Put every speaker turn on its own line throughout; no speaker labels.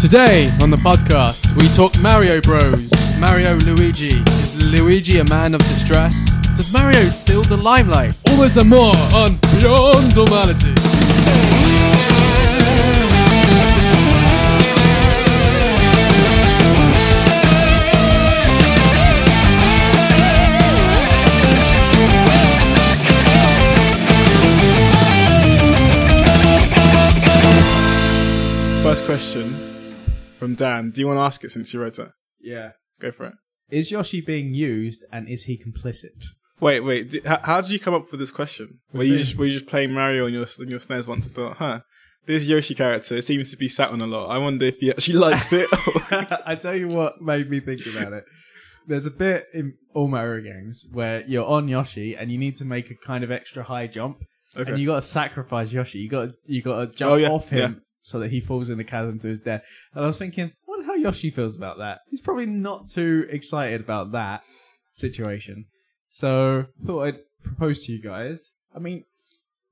Today on the podcast, we talk Mario Bros. Mario Luigi. Is Luigi a man of distress? Does Mario steal the limelight? All this and more on Beyond Normality.
First question from Dan. Do you want to ask it since you wrote it?
Yeah.
Go for it.
Is Yoshi being used and is he complicit?
Wait, wait. Di- how, how did you come up with this question? Were you just were you just playing Mario on your on your snares once and thought, huh? This Yoshi character seems to be sat on a lot. I wonder if he actually likes it.
I tell you what made me think about it. There's a bit in all Mario games where you're on Yoshi and you need to make a kind of extra high jump,
Okay.
and you got to sacrifice Yoshi. You got you got to jump
Oh, yeah,
off him
yeah.
so that he falls in the chasm to his death. And I was thinking, I wonder how Yoshi feels about that. He's probably not too excited about that situation. So thought I'd propose to you guys. I mean,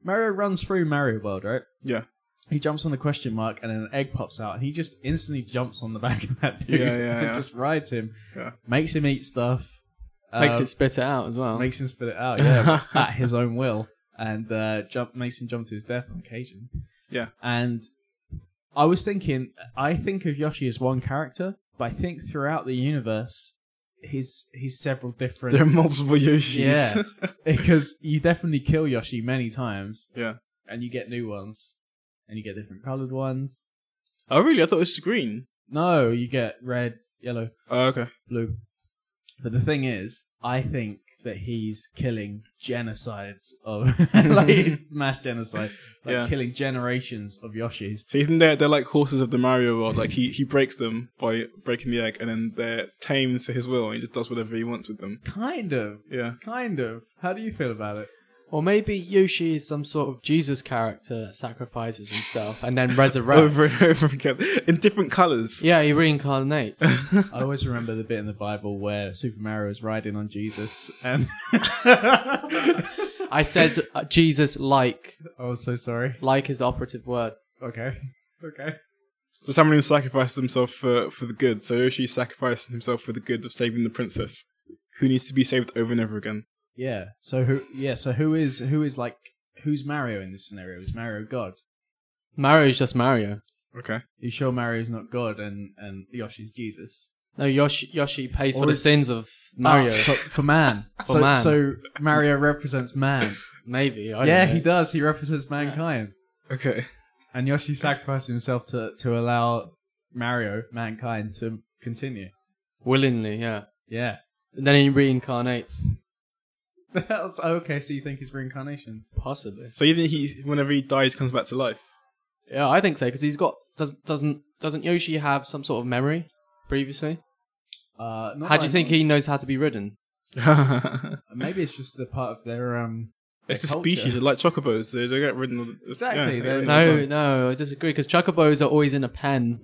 Mario runs through Mario World, right?
yeah,
he jumps on the question mark and an egg pops out and he just instantly jumps on the back of that dude
Yeah, yeah,
and
yeah.
just rides him
Yeah.
makes him eat stuff
Makes
uh,
it spit it out as well.
makes him spit it out yeah at his own will and uh, jump makes him jump to his death on occasion
Yeah.
and i was thinking i think of yoshi as one character but i think throughout the universe he's he's several different
there are multiple Yoshis.
yeah because you definitely kill yoshi many times
Yeah.
and you get new ones and you get different colored ones
Oh really? I thought it was just green.
No, you get red, yellow,
Oh, okay.
blue. But the thing is, I think that he's killing genocides of like he's mass genocide, like
Yeah.
killing generations of Yoshis.
So you think they're they're like horses of the Mario world? Like he he breaks them by breaking the egg, and then they're tamed to his will, and he just does whatever he wants with them.
Kind of,
Yeah.
kind of. How do you feel about it?
Or maybe Yoshi is some sort of Jesus character that sacrifices himself and then resurrects.
Over and over again in different colours.
Yeah, he reincarnates.
I always remember the bit in the Bible where Super Mario is riding on Jesus, and
I said uh, Jesus like.
I was so sorry.
Like is the operative word.
Okay, okay.
So someone who sacrifices himself for, for the good. So Yoshi sacrificed himself for the good of saving the princess, who needs to be saved over and over again.
Yeah. So who? Yeah. So who is who is like who's Mario in this scenario? Is Mario God?
Mario's just Mario.
Okay.
You sure Mario's not God and and Yoshi's Jesus?
No, Yoshi, Yoshi pays
Or
for the
is-
sins of Mario.
Ah, for, for man.
For
so,
man.
so Mario represents man.
Maybe. I don't
yeah,
know.
he does. He represents mankind.
Okay.
And Yoshi sacrificed himself to to allow Mario, mankind, to continue.
Willingly, yeah.
Yeah.
And then he reincarnates.
That's, oh, okay, so you think it's reincarnations?
Possibly.
So you think he, whenever he dies, comes back to life?
Yeah, I think so because he's got does, doesn't doesn't Yoshi have some sort of memory previously?
Uh, not
How do
like-
you think he knows how to be ridden?
it's
Maybe it's just the part of their um.
a
Culture.
species, like chocobos. They, they get rid of the,
Exactly,
yeah, they get
they're-
rid of
No,
the-
no, I disagree because chocobos are always in a pen.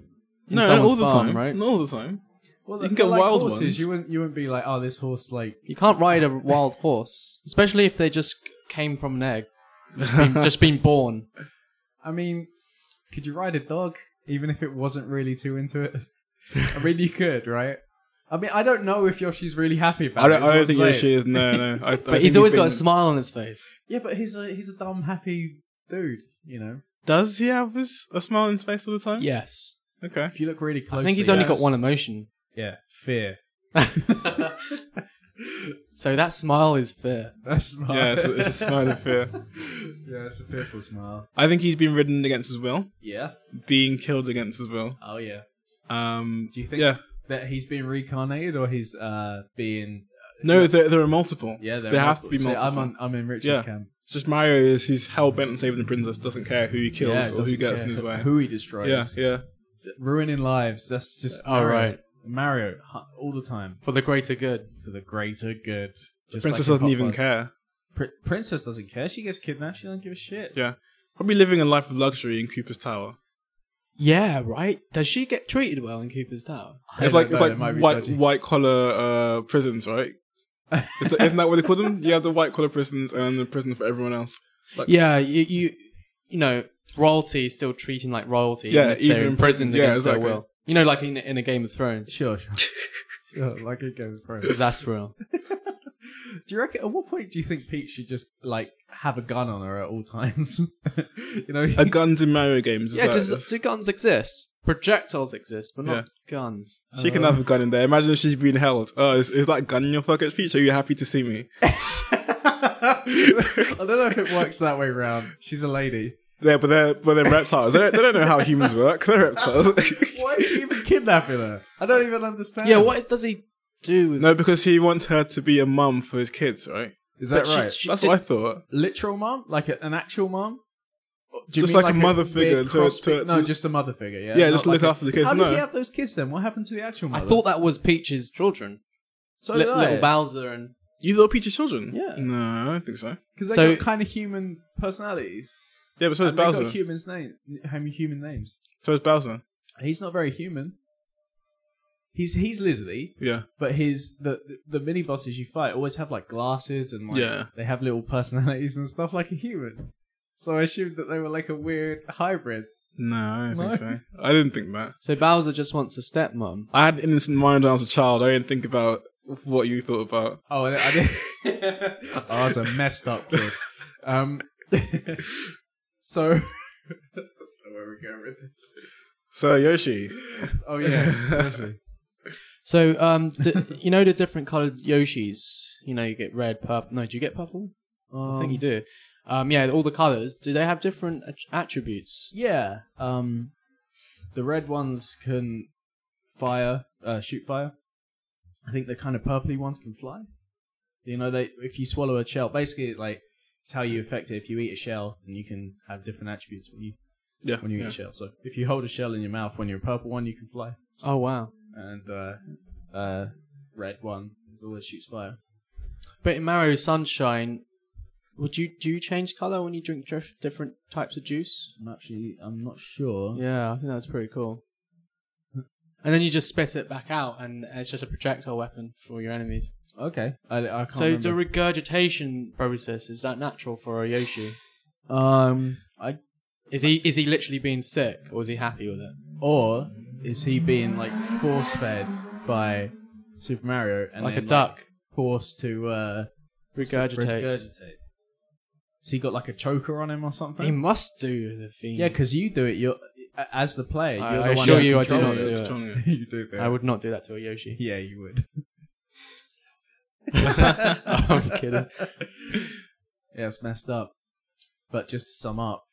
in
no, not
someone's
all the
farm,
time,
right?
Not all the time.
Well,
You can
they're
get
like
wild
horses.
ones.
You wouldn't. You wouldn't be like, oh, this horse like.
You can't ride a wild horse, especially if they just came from an egg, just been, just been born.
I mean, could you ride a dog even if it wasn't really too into it? I mean, you could, right? I mean, I don't know if Yoshi's really happy about
I
it.
don't,
is what
I
I'm
don't think
saying.
Yoshi is. No, no. I,
But he's always got a smile on his face.
Yeah, but he's a he's a dumb happy dude. You know,
Does he have his, a smile on his face all the time?
Yes,
Okay.
if you look really closely,
I think he's only
yes.
got one emotion.
yeah, fear.
So that smile is fair.
That's smile.
Yeah, it's a- it's a smile of fear.
yeah, it's a fearful smile.
I think he's been ridden against his will,
Yeah.
being killed against his will.
Oh yeah.
Um,
Do you think-
Yeah.
That he's being reincarnated or he's uh being
No, there, there are multiple.
yeah.
there
they're
has to be
multiple-
multiple.
so I'm on, I'm in Richard's
Yeah.
camp.
It's just Mario is he's hell bent on saving the princess. Doesn't care who he
Yeah,
kills or who
doesn't
gets
care
in his way.
Who he destroys.
yeah, yeah.
ruining lives. That's just
Oh,
Mario.
right.
Mario hu- all the time
For the greater good.
for the greater good. Just
princess
like in
doesn't even
Popeyes.
care.
Pr- princess doesn't care. She gets kidnapped. She doesn't give a shit.
Yeah, probably living a life of luxury in Cooper's Tower.
Yeah, right. Does she get treated well in Cooper's Tower?
I
It's
don't
like
know, it
it's
might
like
be
white
dodgy.
white collar uh, prisons, right? Is that, isn't that what they call them? You have the white collar prisons and the prison for everyone else. Like-
Yeah, you you, you know, royalty is still treating like royalty.
Yeah,
if
even
they're
in
imprisoned
prison. Yeah,
against
exactly.
their will. You know, like in, in a Game of Thrones.
Sure, sure. sure like a Game of Thrones.
That's real.
Do you reckon? At what point do you think Pete should just like have a gun on her at all times? you know,
A guns in Mario games. Is
yeah,
that-
does, do guns exist? Projectiles exist, but not guns.
she can
uh,
have a gun in there. Imagine if she's being held. Oh, is, is that gun in your pocket, Peach? Are you happy to see me?
I don't know if it works that way round. She's a lady.
Yeah, but they're but they're reptiles. They don't, they don't know how humans work. They're reptiles.
Why is he even kidnapping her? I don't even understand.
Yeah, what is, does he do with
no, because he wants her to be a mum for his kids, right?
is that
But she-
right?
she-
That's
did-
what I thought.
Literal mom, like a, an actual mom, Do you
Just
mean
like a mother figure
weird
to-
cross
to-
be-
to-
no, just a mother figure. Yeah,
Yeah,
Not
just look
like a-
after the kids.
How did
No,
he have those kids then? What happened to the actual
I
mother?
thought that was Peach's children.
so
Li- little Bowser and
you little Peach's children.
Yeah.
No, I don't think so.
because they
So-
got kind of human personalities.
Yeah, but so is
And they got
Bowser.
humans name, hum- human names.
so is Bowser.
He's not very human. He's he's lizardy,
Yeah.
but his the the mini bosses you fight always have like glasses and like
Yeah.
they have little personalities and stuff like a human. So I assumed that they were like a weird hybrid.
No, I don't
No.
think so. I didn't think that.
so Bowser just wants a stepmom.
I had innocent mind when I was a child. I didn't think about what you thought about.
Oh, I, I did. oh, I was a messed up kid. Um, so I don't know where we go with this?
So Yoshi,
Oh yeah, actually.
So, um, d you know the different colored Yoshis. You know, you get red, purple. No, do you get purple? I think you do. Um, yeah, all the colors. Do they have different at- attributes?
Yeah. Um, the red ones can fire, uh, shoot fire. I think the kind of purpley ones can fly. You know, they if you swallow a shell, basically, like it's how you affect it. If you eat a shell, and you can have different attributes when you
yeah,
when you eat
yeah.
a shell. So if you hold a shell in your mouth when you're a purple one, you can fly,
Oh wow!
and uh, uh, red one is always shoots fire.
But in Mario Sunshine, would you do you change color when you drink dif- different types of juice?
I'm actually I'm not sure.
Yeah, I think that's pretty cool. And then you just spit it back out, and it's just a projectile weapon for your enemies.
Okay. I, I can't
so
remember.
the regurgitation process is that natural for a Yoshi?
um, I
Is he is he literally being sick, or is he happy with it?
Or is he being like force fed by Super Mario and
like a
then,
duck
forced to uh,
regurgitate.
regurgitate? Has he got like a choker on him or something?
He must do the thing.
yeah, because you do it. You're a- as the player. You're
I-
the
I
one
assure
who
you I do
controls
not
it.
do it.
Strong, yeah.
you do that.
I would not do that to a Yoshi.
Yeah, you would.
I'm kidding.
Yeah, it's messed up. But just to sum up,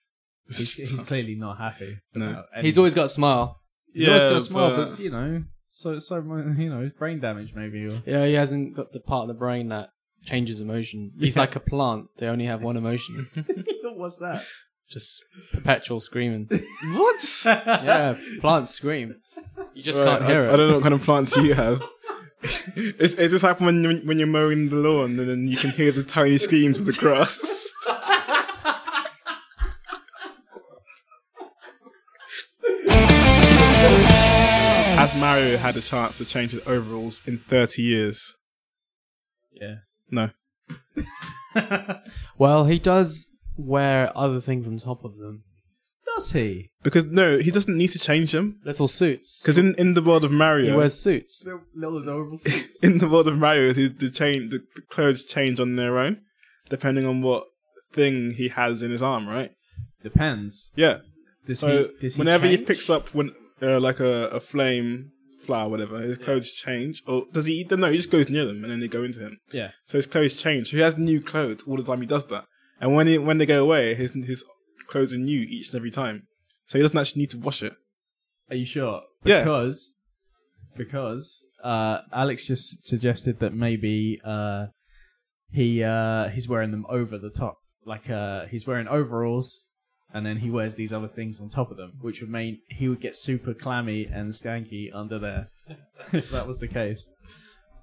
he's, he's clearly not happy.
No.
about
He's
anything.
always got a smile.
He's always got a smile,
but-
but you know, so so you know, brain damage maybe. Or...
Yeah, he hasn't got the part of the brain that changes emotion. He's
Yeah.
like a plant; they only have one emotion,
What's that?
just perpetual screaming.
what?
Yeah, plants scream. You just
Right,
can't hear
I,
it.
I don't know what kind of plants you have. is, is this happen when, you- when you're mowing the lawn and then you can hear the tiny screams of the grass? Has Mario had a chance to change his overalls in 30 years?
Yeah.
No.
Well, he does wear other things on top of them,
Does he?
Because no, he doesn't need to change them.
little suits.
Because in, in the world of
He
Mario,
wears suits.
Little adorable suits.
in the world of Mario, the, the, change, the, the clothes change on their own, depending on what thing he has in his arm, right?
Depends.
Yeah.
Does
So
he, does he
whenever he
change?
picks up when uh, like a, a flame flower, whatever, his clothes change. Or does he eat them? No, he just goes near them and then they go into him.
Yeah.
So his clothes change. So he has new clothes all the time. He does that. And when he, when they go away, his his clothes are new each and every time. So he doesn't actually need to wash it.
Are you sure?
Yeah.
Because because uh, Alex just suggested that maybe uh, he uh, he's wearing them over the top, like uh, he's wearing overalls, and then he wears these other things on top of them, which would mean he would get super clammy and stanky under there. if that was the case,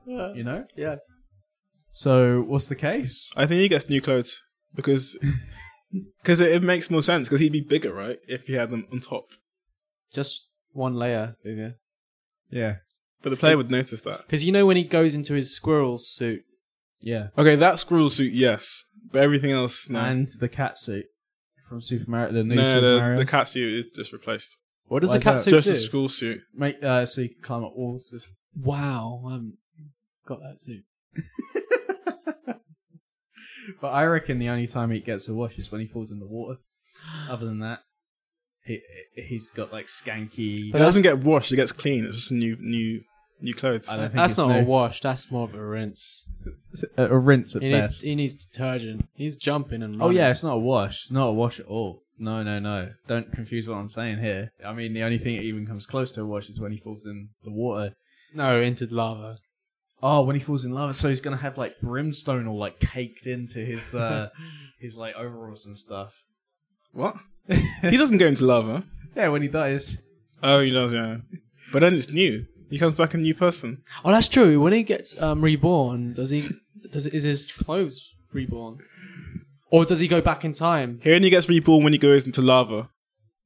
you know.
Yes.
So what's the case?
I think he gets new clothes because because it, it makes more sense because he'd be bigger, right? If he had them on top.
Just one layer bigger.
Yeah.
But the player would notice that.
Because you know when he goes into his squirrel suit,
Yeah.
Okay, that squirrel suit, yes, but everything else, no.
And the cat suit from Super Mario, the new
no,
Super
the,
Mario.
the cat suit is just replaced.
What does
Why
a
is that?
catsuit do?
Just a school suit.
Make uh, so you can climb up walls. Just
Wow, I haven't got that suit.
but I reckon the only time he gets a wash is when he falls in the water. Other than that, he he's got like skanky.
It doesn't get washed. It gets clean. It's just new, new, new clothes.
I don't think
That's
it's
not a
new.
wash. That's more of a rinse.
a, a rinse at
He needs,
best.
he needs detergent. He's jumping and
oh
running.
yeah, it's not a wash. Not a wash at all. No, no, no. Don't confuse what I'm saying here. I mean, the only thing that even comes close to a wash is when he falls in the water.
no, into lava.
Oh, when he falls in love, so he's gonna have like brimstone all like caked into his uh his like overalls and stuff.
What? he doesn't go into lava.
Yeah, when he dies.
Oh, he does, yeah. But then it's new. He comes back a new person.
Oh, that's true. When he gets um, reborn, does he? Does is his clothes reborn, or does he go back in time?
He only gets reborn when he goes into lava.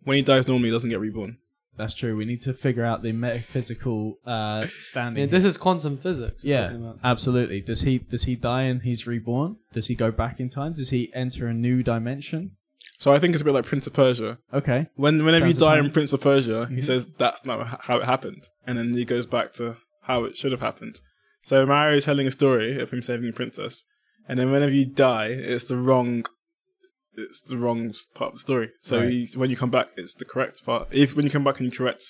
When he dies normally, he doesn't get reborn.
That's true. We need to figure out the metaphysical uh,
I
standing.
mean,
here.
this is quantum physics. we're
yeah,
talking about.
absolutely. Does he does he die and he's reborn? Does he go back in time? Does he enter a new dimension?
So I think it's a bit like Prince of Persia.
Okay.
When whenever you
Sounds
die
like-
in Prince of Persia,
Mm-hmm.
he says that's not h- how it happened, and then he goes back to how it should have happened. So Mario is telling a story of him saving a princess, and then whenever you die, it's the wrong, it's the wrong s- part of the story. So
Right.
he, when you come back, it's the correct part. If when you come back and you correct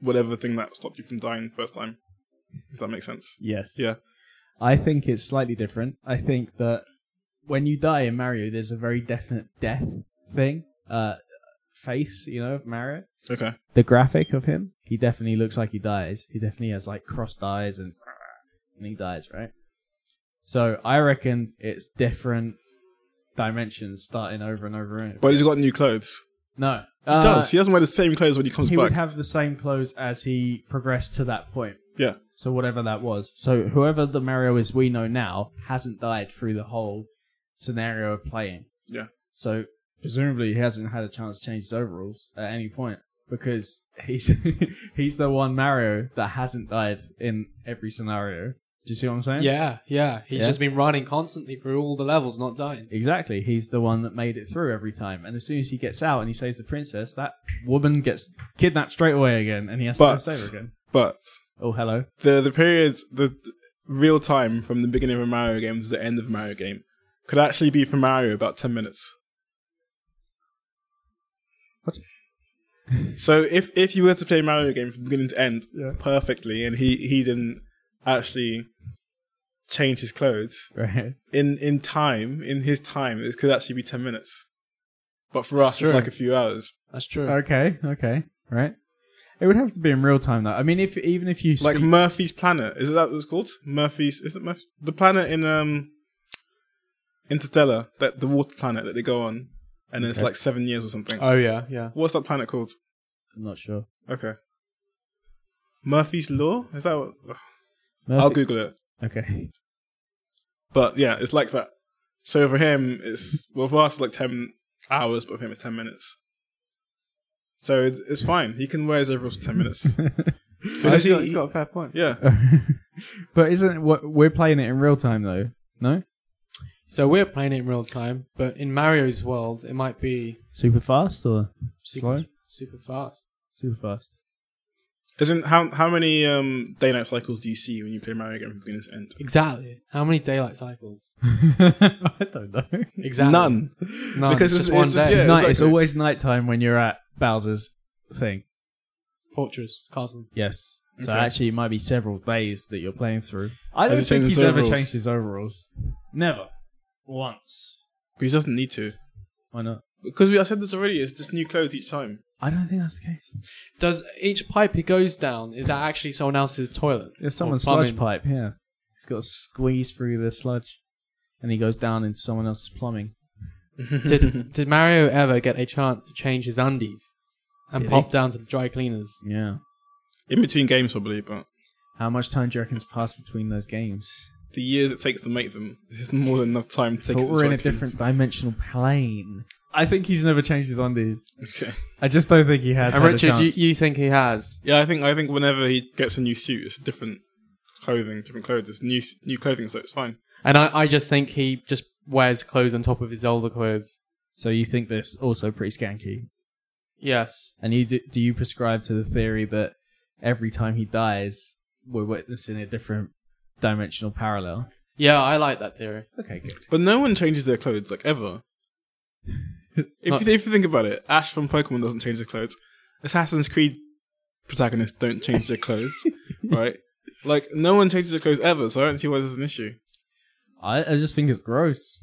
whatever thing that stopped you from dying the first time, if that makes sense.
Yes.
Yeah.
I think it's slightly different. I think that when you die in Mario, there's a very definite death thing. Uh, face, you know, of Mario.
Okay.
the graphic of him, he definitely looks like he dies. He definitely has like crossed eyes and and he dies, right? So I reckon it's different dimensions starting over and over and
But he's got new clothes.
no.
He does. He doesn't wear the same clothes when he comes
Uh, He
back.
would have the same clothes as he progressed to that point.
yeah.
So whatever that was. So whoever the Mario is we know now hasn't died through the whole scenario of playing.
Yeah.
So presumably he hasn't had a chance to change his overalls at any point because he's he's the one Mario that hasn't died in every scenario. Do you see what I'm saying?
Yeah, yeah. He's
Yeah.
just been running constantly through all the levels, not dying.
Exactly. He's the one that made it through every time. And as soon as he gets out and he saves the princess, that woman gets kidnapped straight away again and he has
But-
to go save her again.
But
Oh, hello.
the the periods the the real time from the beginning of a Mario game to the end of a Mario game could actually be for Mario about ten minutes.
What?
so if if you were to play Mario game from beginning to end
Yeah.
perfectly, and he he didn't actually change his clothes
Right.
in in time in his time, it could actually be ten minutes. But for us,
true.
it's like a few hours.
That's true.
Okay, okay, right. It would have to be in real time though. I mean, if even if you
like
speak-
Murphy's Planet. Is that what it's called? Murphy's. Is it Murphy? The planet in um, Interstellar, that the water planet that they go on, and then it's
Okay.
like seven years or something.
Oh yeah, yeah.
What's that planet called?
I'm not sure.
Okay. Murphy's Law. Is that? What? I'll
Murphy-
Google it.
Okay,
But yeah, it's like that. So for him, it's well for us it's like ten hours, but for him it's ten minutes. So it- it's fine. He can wear his overalls for ten minutes. Because
he's got,
he-
he's got a fair point.
yeah.
but isn't what we're playing it in real time though? No,
So we're playing it in real time, but in Mario's world, it might be
super fast or
super,
slow?
super fast.
Super fast.
Isn't how how many um day night cycles do you see when you play Mario game from beginning to end?
Exactly. How many daylight cycles?
I don't know.
Exactly.
None.
None.
Because
it's
it's-
just one
it's just-
day.
yeah.
Night. It's
exactly.
always nighttime when you're at Bowser's thing.
Fortress castle.
Yes. So
Okay.
actually, it might be several days that you're playing through. I don't
Has he
think
changed
he's
his
ever
overalls?
changed his overalls. Never. Once.
He doesn't need to.
Why not?
Because we, I said this already, it's just new clothes each time.
I don't think that's the case.
Does each pipe he goes down is that actually someone else's toilet?
There's
Or
someone's
plumbing?
sludge pipe, yeah. He's got to squeeze through the sludge and he goes down into someone else's plumbing.
Mm-hmm.
Did Did Mario ever get a chance to change his undies and
Did he?
pop down to the dry cleaners?
Yeah.
In between games, probably, but
How much time do you reckon's passed between those games?
the years it takes to make them is more than enough time to take us
But
to
we're in
try
a
things.
different dimensional plane. I think he's never changed his undies.
Okay.
I just don't think he has.
And
had a
Richard, you,
chance.
you think he has?
Yeah, I think I think whenever he gets a new suit, it's different clothing, different clothes. It's new s- new clothing, so it's fine.
And I, I just think he just wears clothes on top of his older clothes.
so you think this also pretty skanky?
Yes.
And you do, do you prescribe to the theory that every time he dies, we're witnessing a different dimensional parallel?
Yeah, I like that theory.
Okay, good.
But no one changes their clothes, like ever. if,
Not-
you, if you think about it, Ash from Pokemon doesn't change his clothes. Assassin's Creed protagonists don't change their clothes, right? Like, no one changes their clothes ever, so I don't see why this is an issue.
I, I just think it's gross.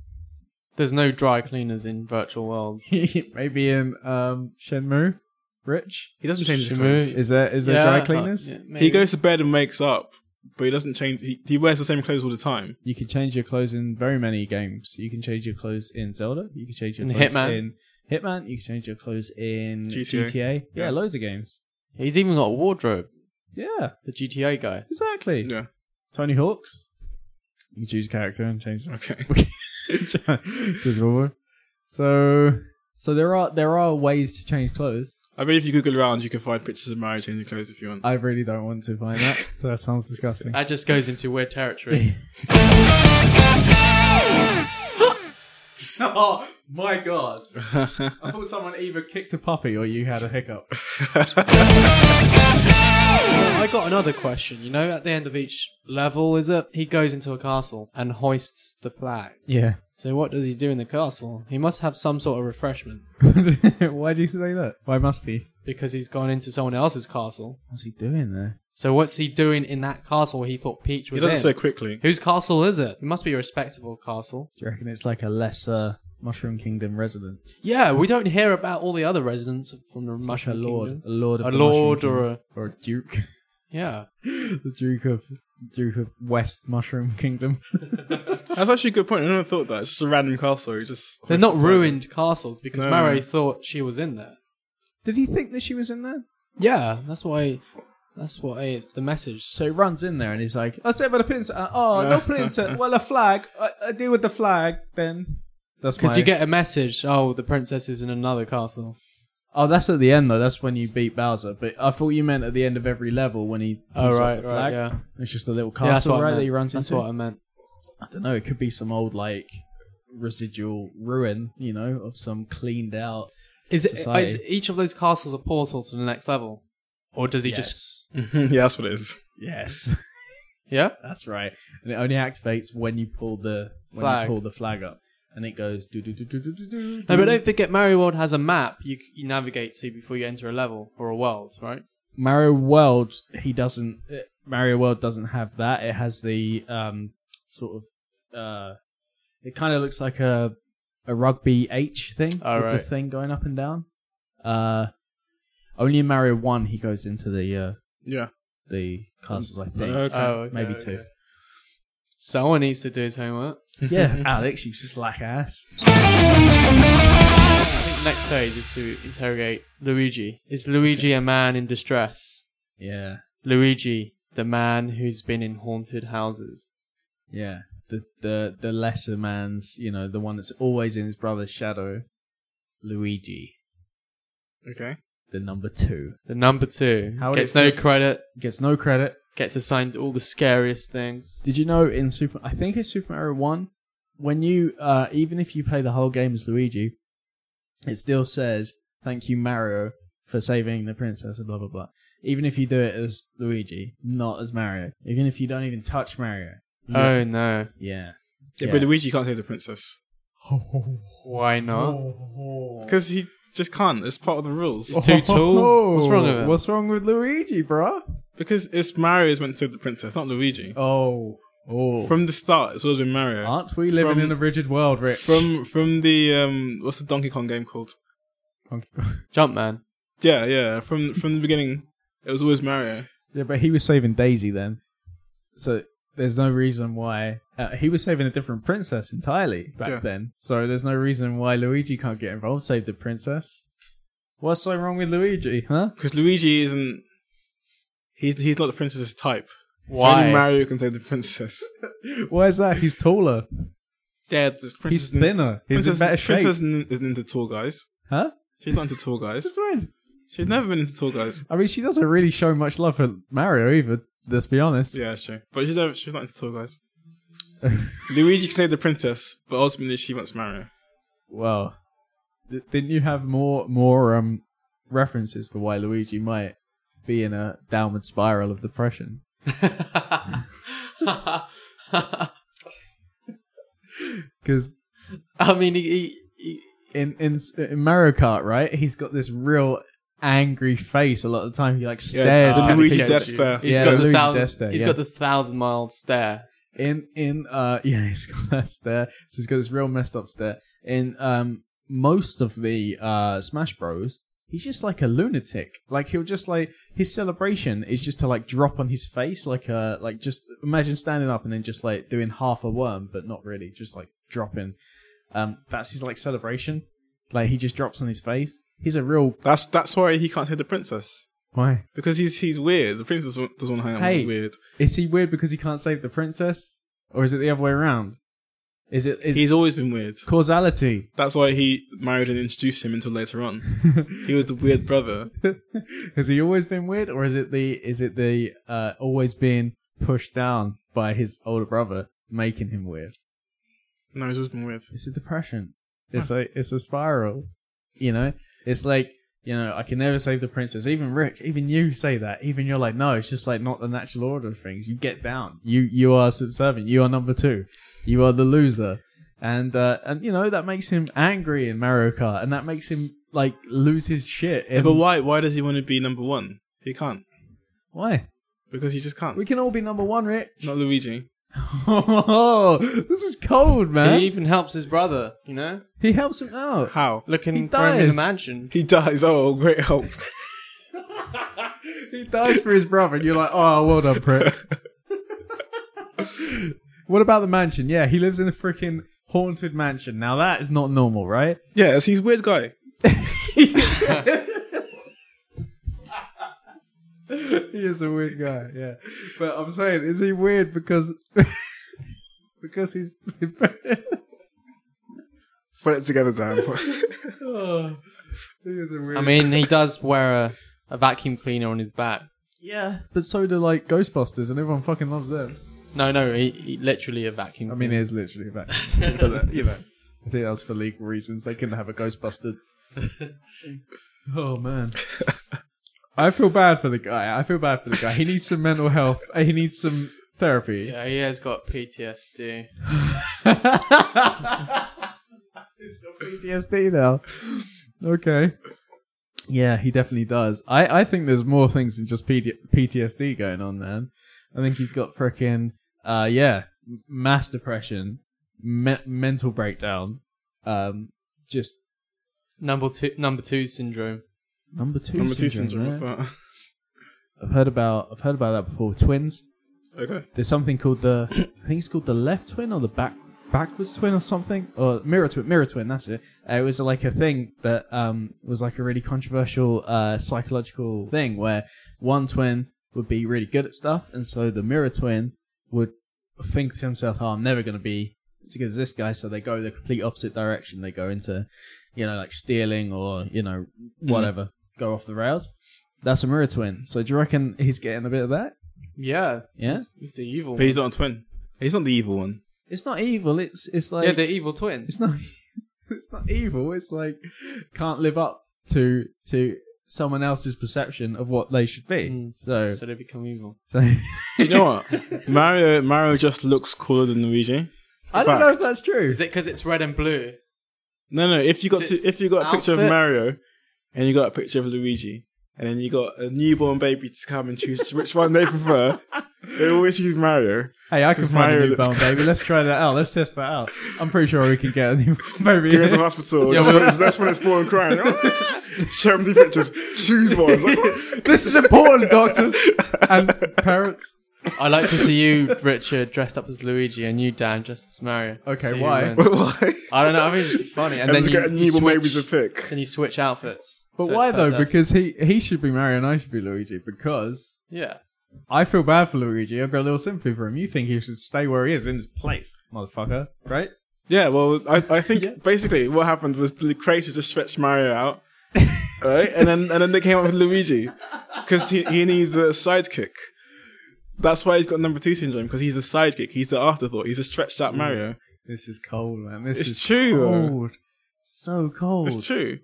There's no dry cleaners in virtual worlds.
Maybe in um, Shenmue, Rich
He doesn't change his
Shimu
clothes.
is there is there
Yeah,
dry
uh,
cleaners?
yeah,
He
maybe.
goes to bed and wakes up, but he doesn't change. He, he wears the same clothes all the time.
You can change your clothes in very many games. You can change your clothes in Zelda. You can change your
In
clothes
Hitman.
in Hitman. You can change your clothes in
GTA.
GTA. Yeah,
Yeah.
loads of games.
He's even got a wardrobe.
Yeah,
The GTA guy.
exactly.
Yeah.
Tony Hawk's. You can choose a character and change
Okay.
Just one. So so there are there are ways to change clothes.
I bet if you Google around, you can find pictures of Mario changing clothes if you want.
I really don't want to find that. that sounds disgusting.
That just goes into weird territory.
oh my god. I thought someone either kicked a puppy or you had a hiccup.
I got another question. You know, at the end of each level, is it? He goes into a castle and hoists the flag.
Yeah.
So what does he do in the castle? He must have some sort of refreshment
Why do you say that? Why must he?
because he's gone into someone else's castle.
What's he doing there?
So what's he doing in that castle where he thought Peach
he
was
does it so
in?
quickly.
Whose castle is it? It must be a respectable castle.
Do you reckon it's like a lesser Mushroom Kingdom resident?
Yeah, we don't hear about all the other residents from the Mushroom
a lord,
Kingdom.
a lord of
A
the
lord
Mushroom
or
Kingdom.
a
or a duke,
yeah.
the duke of duke of West Mushroom Kingdom.
That's actually a good point. I never thought that. It's just a random castle. He just
They're not ruined castles because
No.
Mario thought she was in there.
Did he think that she was in there?
Yeah, that's why. That's why it's the message.
So he runs in there and he's like, "I said about a princess. Oh, no princess. Well, a flag. I, I deal with the flag then." That's
Because
my.
you get a message. Oh, the princess is in another castle.
oh, that's at the end though. That's when you beat Bowser. But I thought you meant at the end of every level when he.
Oh
pulls out
right,
the
right,
flag.
yeah.
It's just a little
Yeah, that's
castle,
what I
right? That
meant.
he runs
That's
into.
what I meant.
I don't know. It could be some old like residual ruin, you know, of some cleaned out.
Is it?
Society.
Is each of those castles a portal to the next level, or does he just?
ruined. yeah, that's what it is.
yes,
Yeah.
that's right. And it only activates when you pull the when
Flag.
you pull the flag up, and it goes do do do do do do do.
No, but don't forget Mario World has a map you, c- you navigate to before you enter a level or a world, right?
Mario World, he doesn't. eh, Mario World doesn't have that. It has the um sort of uh, it kind of looks like a a rugby H thing
Oh,
with
right.
the thing going up and down. Uh, only in Mario One he goes into the uh
Yeah.
the castles. I think
Okay.
Oh, okay,
maybe
okay.
two.
Someone needs to do his homework.
Yeah, Alex, you slack ass.
I think next phase is to interrogate Luigi. Is Luigi a man in distress?
Yeah,
Luigi, the man who's been in haunted houses.
yeah. The the the lesser man's, you know, the one that's always in his brother's shadow, Luigi,
Okay.
the number two,
The number two
How would
gets
it
no
feel-
credit,
gets no credit.
gets assigned all the scariest things.
Did you know in Super? I think it's Super Mario One. When you, uh, even if you play the whole game as Luigi, it still says "Thank you, Mario, for saving the princess." And blah blah blah. Even if you do it as Luigi, not as Mario. Even if you don't even touch Mario.
Oh no.
Yeah.
Yeah,
Yeah.
But Luigi can't save the princess
Why not?
because he just can't. It's part of the rules.
Oh.
It's too tall. What's wrong with it?
What's wrong with Luigi, bruh?
Because it's Mario is meant to save the princess, not Luigi.
Oh, oh.
From the start, it's always been Mario.
Aren't we living
From-
in a rigid world, Rich?
From from the um, what's the Donkey Kong game called?
Donkey Kong.
Jumpman.
Yeah, yeah. From from the beginning, it was always Mario.
yeah, but he was saving Daisy then, so there's no reason why uh, he was saving a different princess entirely back
Yeah.
then. So there's no reason why Luigi can't get involved. Save the princess. What's so wrong with Luigi, huh?
Because Luigi isn't. He's he's not the princess's type. So
Why?
only Mario can save the princess.
Why is that? He's taller,
Yeah, the princess isn't-
thinner. He's in
princess,
better shape.
Princess isn't isn't into tall guys.
huh?
She's not into tall guys.
Since when?
She's never been into tall guys.
I mean, she doesn't really show much love for Mario either. Let's be honest.
Yeah, that's true. But she's never, she's not into tall guys. Luigi can save the princess, but ultimately she wants Mario.
Well, th- didn't you have more more um references for why Luigi might be in a downward spiral of depression.
I
Because
mean, he, he, he,
in, in in Mario Kart, right, he's got this real angry face a lot of the time. He like
Yeah,
stares.
the
at
Luigi
Pikachu.
Death Stare.
he's
Yeah,
got the
Luigi
thousand,
Death Stare,
he's
yeah.
got the thousand mile stare.
in in uh yeah he's got that stare so he's got this real messed up stare in um most of the uh smash bros he's just like a lunatic like he'll just like his celebration is just to like drop on his face like uh like just imagine standing up and then just like doing half a worm but not really just like dropping um that's his like celebration like he just drops on his face he's a real
That's that's why he can't hit the princess
why
because he's he's weird. The princess doesn't want to hang out
Hey.
with weird.
is he weird because he can't save the princess or is it the other way around is it is
He's always been weird.
causality
That's why he married and introduced him until later on. he was the weird brother.
has he always been weird, or is it the is it the uh, always being pushed down by his older brother making him weird?
No, he's always been weird.
It's a depression. It's a it's a spiral. You know, it's like you know I can never save the princess. Even Rick, even you say that. Even you're like, no, it's just like not the natural order of things. You get down. You you are subservient. You are number two. You are the loser. And uh, and you know that makes him angry in Mario Kart, and that makes him like lose his shit.
Yeah,
In,
but why why does he want to be number one? He can't
why?
because he just can't.
We can all be number one, Rick.
Not Luigi.
Oh, this is cold, man.
He
He,
even helps his brother, you know,
helps him out.
How
looking
He
for him in the
dies.
mansion.
he dies? Oh, great help!
he dies for his brother, and you're like, oh, well done, prick. what about the mansion? Yeah, he lives in a freaking haunted mansion. Now that is not normal, right?
yeah, so he's a weird guy.
he is a weird guy, yeah. But I'm saying, is he weird because because he's
Put it together, Dan.
oh, he is a weird
I mean, he does wear a, a vacuum cleaner on his back.
Yeah, but so do like Ghostbusters, and everyone fucking loves them.
No, no, he, he literally a vacuum.
I mean, it is literally that. but uh, you know, I think that was for legal reasons. They couldn't have a Ghostbuster. oh man, I feel bad for the guy. I feel bad for the guy. He needs some mental health. uh, He needs some therapy.
yeah, he has got PTSD.
He's got PTSD now. Okay. Yeah, he definitely does. I, I think there's more things than just PD- PTSD going on, man. I think he's got freaking, uh, yeah, m- mass depression, me- mental breakdown, um, just
Number two, number two syndrome.
number two
Number two syndrome.
syndrome.
What's
right?
that?
I've heard about I've heard about that before. Twins.
Okay.
There's something called the I think it's called the left twin or the back backwards twin or something or mirror twin mirror twin that's it. Uh, it was like a thing that um was like a really controversial uh psychological thing where one twin would be really good at stuff and so the mirror twin would think to himself, "Oh, I'm never going to be as good as this guy," so they go the complete opposite direction. They go into you know like stealing or you know whatever go off the rails. That's a mirror twin. So do you reckon he's getting a bit of that?
Yeah,
Yeah.
he's, he's the evil.
But he's not a twin. He's not the evil one.
It's not evil. It's it's
one.
like
yeah, the evil twin.
it's not it's not evil. It's like can't live up to to someone else's perception of what they should be.
Mm.
So
So they become evil.
so
Do you know what? Mario Mario just looks cooler than Luigi.
I don't know if
Fact.
that's true.
Is it because it's red and blue?
No, no. If you got
Is
to,
it
if you got a picture of
outfit?
Mario, and you got a picture of Luigi, and then you got a newborn baby to come and choose which one they prefer, they always choose Mario.
Hey, I can
Because
find
Mario
a new
looks-
bone, baby. Let's try that out. Let's test that out. I'm pretty sure we can get a new bone,
Get into
baby.
hospital.
Yeah,
just
but-
when it's, that's when it's born crying. "Ah!" Show them the pictures. Choose one. It's like,
this is important, doctors and parents.
I like to see you, Richard, dressed up as Luigi, and you, Dan, dressed up as Mario.
Okay,
See who
why?
wins.
but why?
I don't know. I think it's funny. And,
And
then
just
you,
get a
you
newborn baby
switch,
to pick.
then you switch outfits.
But
So it's
why though?
fantastic.
Because he he should be Mario and I should be Luigi. Because
yeah,
I feel bad for Luigi. I've got a little sympathy for him. You think he should stay where he is in his place, motherfucker, right?
Yeah, well, I, I think
Yeah.
basically what happened was the creators just stretched Mario out, right? And then and then they came up with Luigi because he, he needs a sidekick. That's why he's got number two syndrome because he's a sidekick. He's the afterthought. He's a stretched out Mario.
This is cold, man. This
It's
is
true, though.
Cold. So cold.
It's true.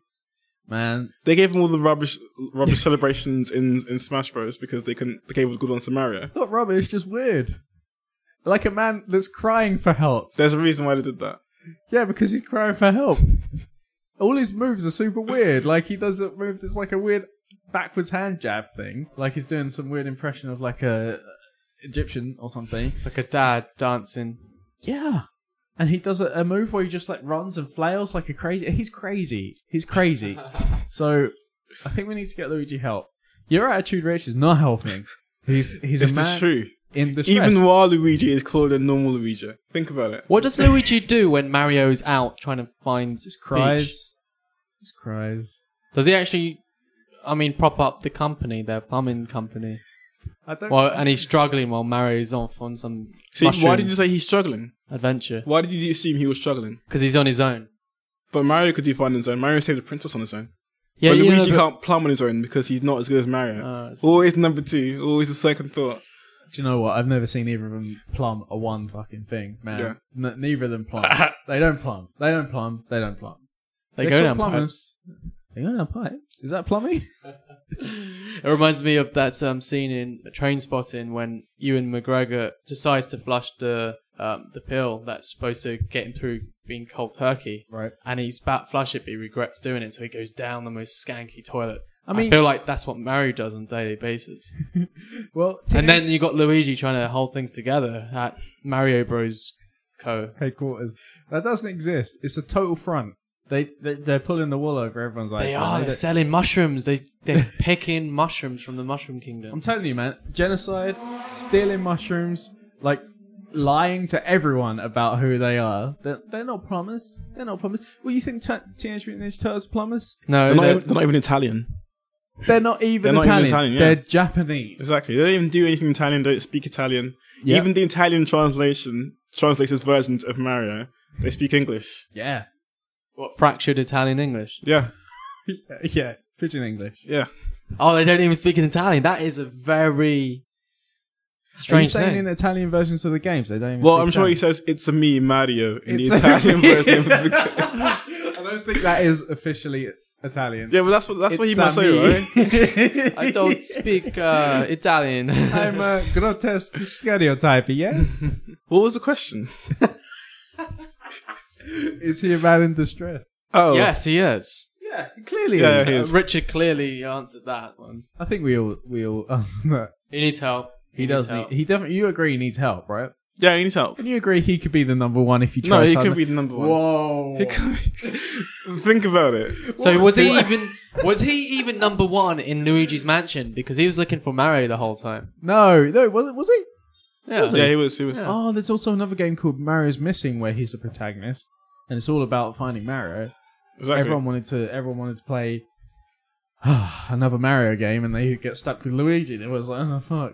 man.
They gave him all the rubbish, rubbish celebrations in in Smash Bros because they couldn't. They gave all the good ones to Mario.
Not rubbish, just weird. Like a man that's crying for help.
There's a reason why they did that.
Yeah, because he's crying for help. All his moves are super weird. Like he does a move that's like a weird backwards hand jab thing. Like he's doing some weird impression of like a Egyptian or something.
It's like a dad dancing.
Yeah. And he does a, a move where he just like runs and flails like a crazy. He's crazy. He's crazy. so I think we need to get Luigi help. Your attitude, Rich, is not helping. He's he's
It's
a
the
man
truth.
in the
Even while Luigi is called a normal Luigi, think about it.
What does Luigi do when Mario's out trying to find?
just cries,
beach?
just cries.
Does he actually? I mean, prop up the company, their plumbing company.
I don't.
Well, and he's struggling while Mario's off on some
See, why
mushroom
did you say he's struggling?
adventure
Why did you assume he was struggling?
because he's on his own.
But Mario could do fine on his own. Mario saved the princess on his own.
Yeah,
but
yeah,
Luigi
but-
can't plumb on his own because he's not as good as Mario.
Ah, it's-
always number two. Always the second thought.
Do you know what? I've never seen either of them plumb a one fucking thing, man. N- neither of them plumb. they don't plumb. They don't plumb. They don't plumb.
They
They're
go
called
down pipes.
plumbers. They go down pipes. Is that plumbing?
It reminds me of that um, scene in Train Spotting when Ewan McGregor decides to flush the um, the pill that's supposed to get him through being cold turkey,
right.
and he's about to flush it, but he regrets doing it, so he goes down the most skanky toilet.
I
I
mean-
mean, I feel like that's what Mario does on a daily basis.
Well,
and then you got Luigi trying to hold things together at Mario Bros. Co.
headquarters. That doesn't exist. It's a total front. They, they they're pulling the wool over everyone's eyes.
They
man.
are.
They
They're
don't-
selling mushrooms. They they're picking mushrooms from the Mushroom
I'm
Kingdom.
telling you, man. Genocide, stealing mushrooms, like lying to everyone about who they are. They're, they're not plumbers. They're not plumbers. Well, you think t- Teenage Mutant Ninja Turtles are plumbers?
No,
They're not,
they're-
even, they're not even Italian.
They're not even
They're not even
Italian.
Italian, yeah.
They're Japanese.
Exactly. They don't even do anything Italian. They don't speak Italian.
Yeah.
Even the Italian translation translates his versions of Mario. They speak English.
Yeah.
what, fractured Italian English.
Yeah,
Yeah. Pigeon English.
yeah.
Oh, they don't even speak in Italian. That is a very
Are you
strange
saying
thing.
in Italian versions of the games they don't even
Well,
speak
I'm sure he
Italian?
says it's a me Mario in
It's
the
a
Italian
me.
version of the game.
I don't think that is officially Italian. um,
Yeah, but that's what that's what he must say, right?
right?
I don't speak uh, Italian.
I'm uh, a grotesque stereotype, yes?
What was the question?
is he a man in distress?
Oh,
yes, he is.
Yeah, clearly.
Yeah,
is.
he
Uh,
is.
Richard clearly answered that one.
I think we all we all answer that.
He needs help.
He,
needs
does
help.
need he definitely you agree he needs help, right?
Yeah, he needs help.
And you agree he could be the number one if you try
No, he
something?
could be the number one.
Whoa.
He could Think about it.
so was he even was he even number one in Luigi's Mansion because he was looking for Mario the whole time?
No, no, was it was he?
Yeah.
Yeah, he was. He was.
Yeah.
Oh, there's also another game called Mario's Missing where he's the protagonist, and it's all about finding Mario.
Exactly.
Everyone wanted to, everyone wanted to play another Mario game, and they get stuck with Luigi. And it was like, oh fuck,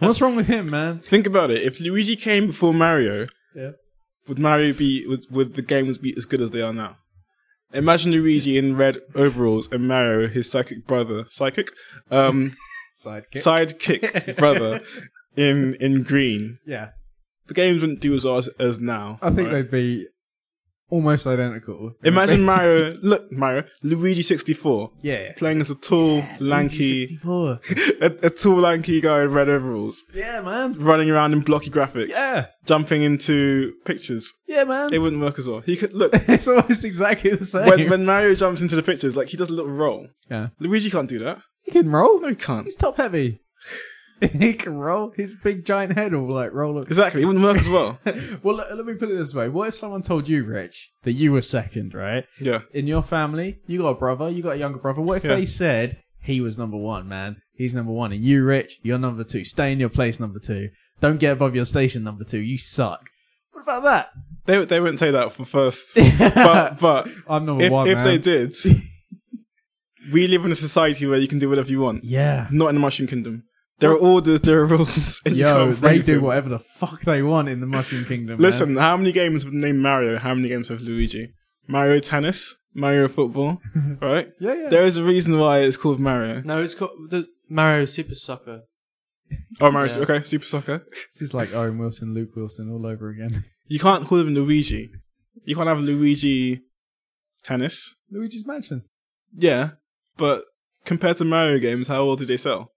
what's wrong with him, man?
Think about it. If Luigi came before Mario,
Yeah.
would Mario be would, would the games be as good as they are now? Imagine Luigi in red overalls and Mario, his psychic brother, psychic, um,
Sidekick.
sidekick brother, in in green.
yeah,
The games wouldn't do as well as, as now.
I think
right?
they'd be almost identical.
Imagine Mario. Look, Mario, Luigi sixty four.
yeah,
Playing as a tall, lanky,
Sixty-four.
a, a tall, lanky guy in red overalls,
yeah, man.
running around in blocky graphics,
Yeah,
jumping into pictures.
yeah, man.
It wouldn't work as well. He could look.
it's almost exactly the same.
when, when Mario jumps into the pictures, like he does a little roll.
yeah,
Luigi can't do that.
he can roll.
No, he can't.
He's top heavy. he can roll. His big giant head will like roll. Up.
Exactly, it wouldn't work as well.
Well, let, let me put it this way: What if someone told you, Rich, that you were second, right?
Yeah,
In your family, you got a brother, you got a younger brother. What if
Yeah.
they said he was number one, man? He's number one, and you, Rich, you're number two. Stay in your place, number two. Don't get above your station, number two. You suck. What about that?
they they wouldn't say that for first. but but
I'm number
if
one,
if
man.
they did, we live in a society where you can do whatever you want.
yeah.
Not in the Mushroom Kingdom. There are orders, there are rules. And you
Yo,
can't
they
break
do
them.
whatever the fuck they want in the Mushroom Kingdom.
Listen, how many games with the name Mario? How many games with Luigi? Mario Tennis, Mario Football, right?
man. yeah, yeah.
There is a reason why it's called Mario.
No, it's called the Mario Super Soccer.
Oh, Mario.
Yeah.
Okay, Super Soccer.
This is like Owen Wilson, Luke Wilson, all over again.
You can't call him Luigi. You can't have Luigi tennis.
Luigi's Mansion.
Yeah, but compared to Mario games, how well do they sell?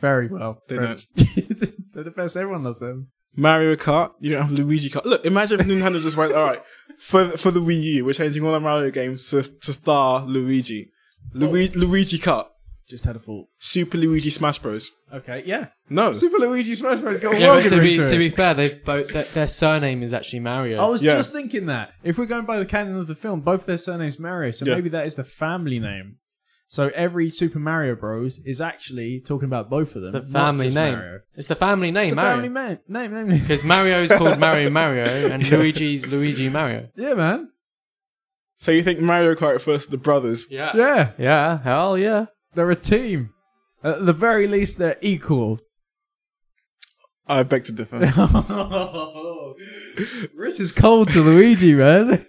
Very well.
They
Very-
don't.
They're the best. Everyone loves them.
Mario Kart, you don't have Luigi Kart. Look, imagine if Nintendo just went, all right, for for the Wii U, we're changing all our Mario games to, to star Luigi, Luigi, Luigi Kart,
Just had a thought.
Super Luigi Smash Bros.
Okay, yeah.
No,
Super Luigi Smash Bros. got a
Yeah, but
welcome
to be,
ring to
to be
it.
fair, they both their, their surname is actually Mario.
I was
Yeah.
just thinking that. If we're going by the canon of the film, both their surnames Mario, so
Yeah.
maybe that is the family name. So every Super Mario Bros. is actually talking about both of them.
the
not
family
just
name.
Mario.
It's the family name,
The
Mario.
family man- name, name, name.
Because Mario's called Mario Mario and Luigi's Luigi Mario.
Yeah, man.
so you think Mario Kart versus the brothers?
Yeah. Yeah,
Yeah.
hell yeah.
They're a team. At the very least, they're equal.
I beg to differ.
Rich is cold to Luigi, man.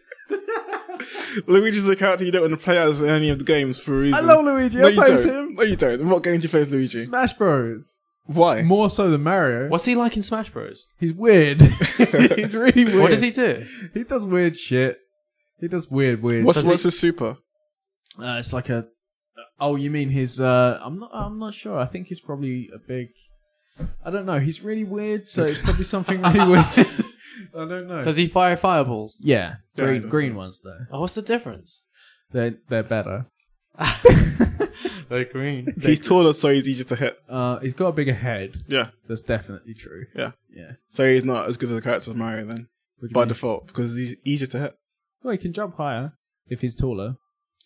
Luigi's a character you don't want to play as in any of the games for a
I
reason.
love Luigi.
no,
I
you
plays
don't.
him.
No, you don't. In What game do you play as Luigi?
Smash Bros.
Why?
More so than Mario.
What's he like in Smash Bros?
He's weird. He's really weird.
What does he do?
He does weird shit. He does weird, weird.
What's
Does
what's
he-
his super?
Uh, it's like a. Oh, you mean his? Uh, I'm not. I'm not sure. I think he's probably a big. I don't know. He's really weird, so it's probably something really weird. I don't know.
Does he fire fireballs?
yeah,
Yeah,
green
he does.
green ones though.
Oh, what's the difference?
They're they're better.
They're green.
He's taller, so he's easier to hit.
Uh, he's got a bigger head.
Yeah.
That's definitely true.
Yeah.
Yeah.
So he's not as good as a character as Mario then,
What do you
by
mean?
default, because he's easier to hit.
well, he can jump higher if he's taller.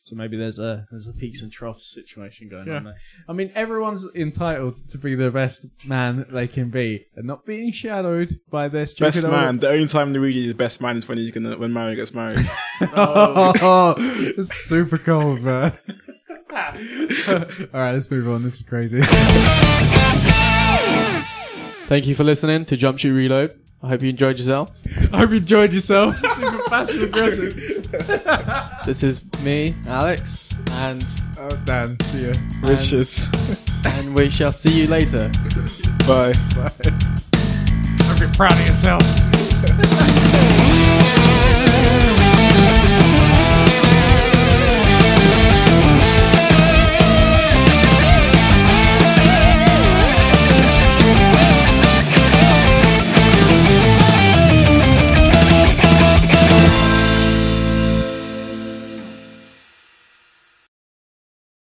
So maybe there's a there's a peaks and troughs situation going
Yeah.
on there. I mean, everyone's entitled to be the best man that they can be, and not being shadowed by this
Best man. The only time Luigi is best man is when he's gonna when Mario gets married.
Oh, it's super cold, man. All right, let's move on. This is crazy.
Thank you for listening to Jump Shoot Reload. I hope you enjoyed yourself.
I hope you enjoyed yourself. super passive aggressive.
This is me, Alex, and
Oh, Dan, see ya.
Richards.
and we shall see you later.
Bye.
Be proud of yourself.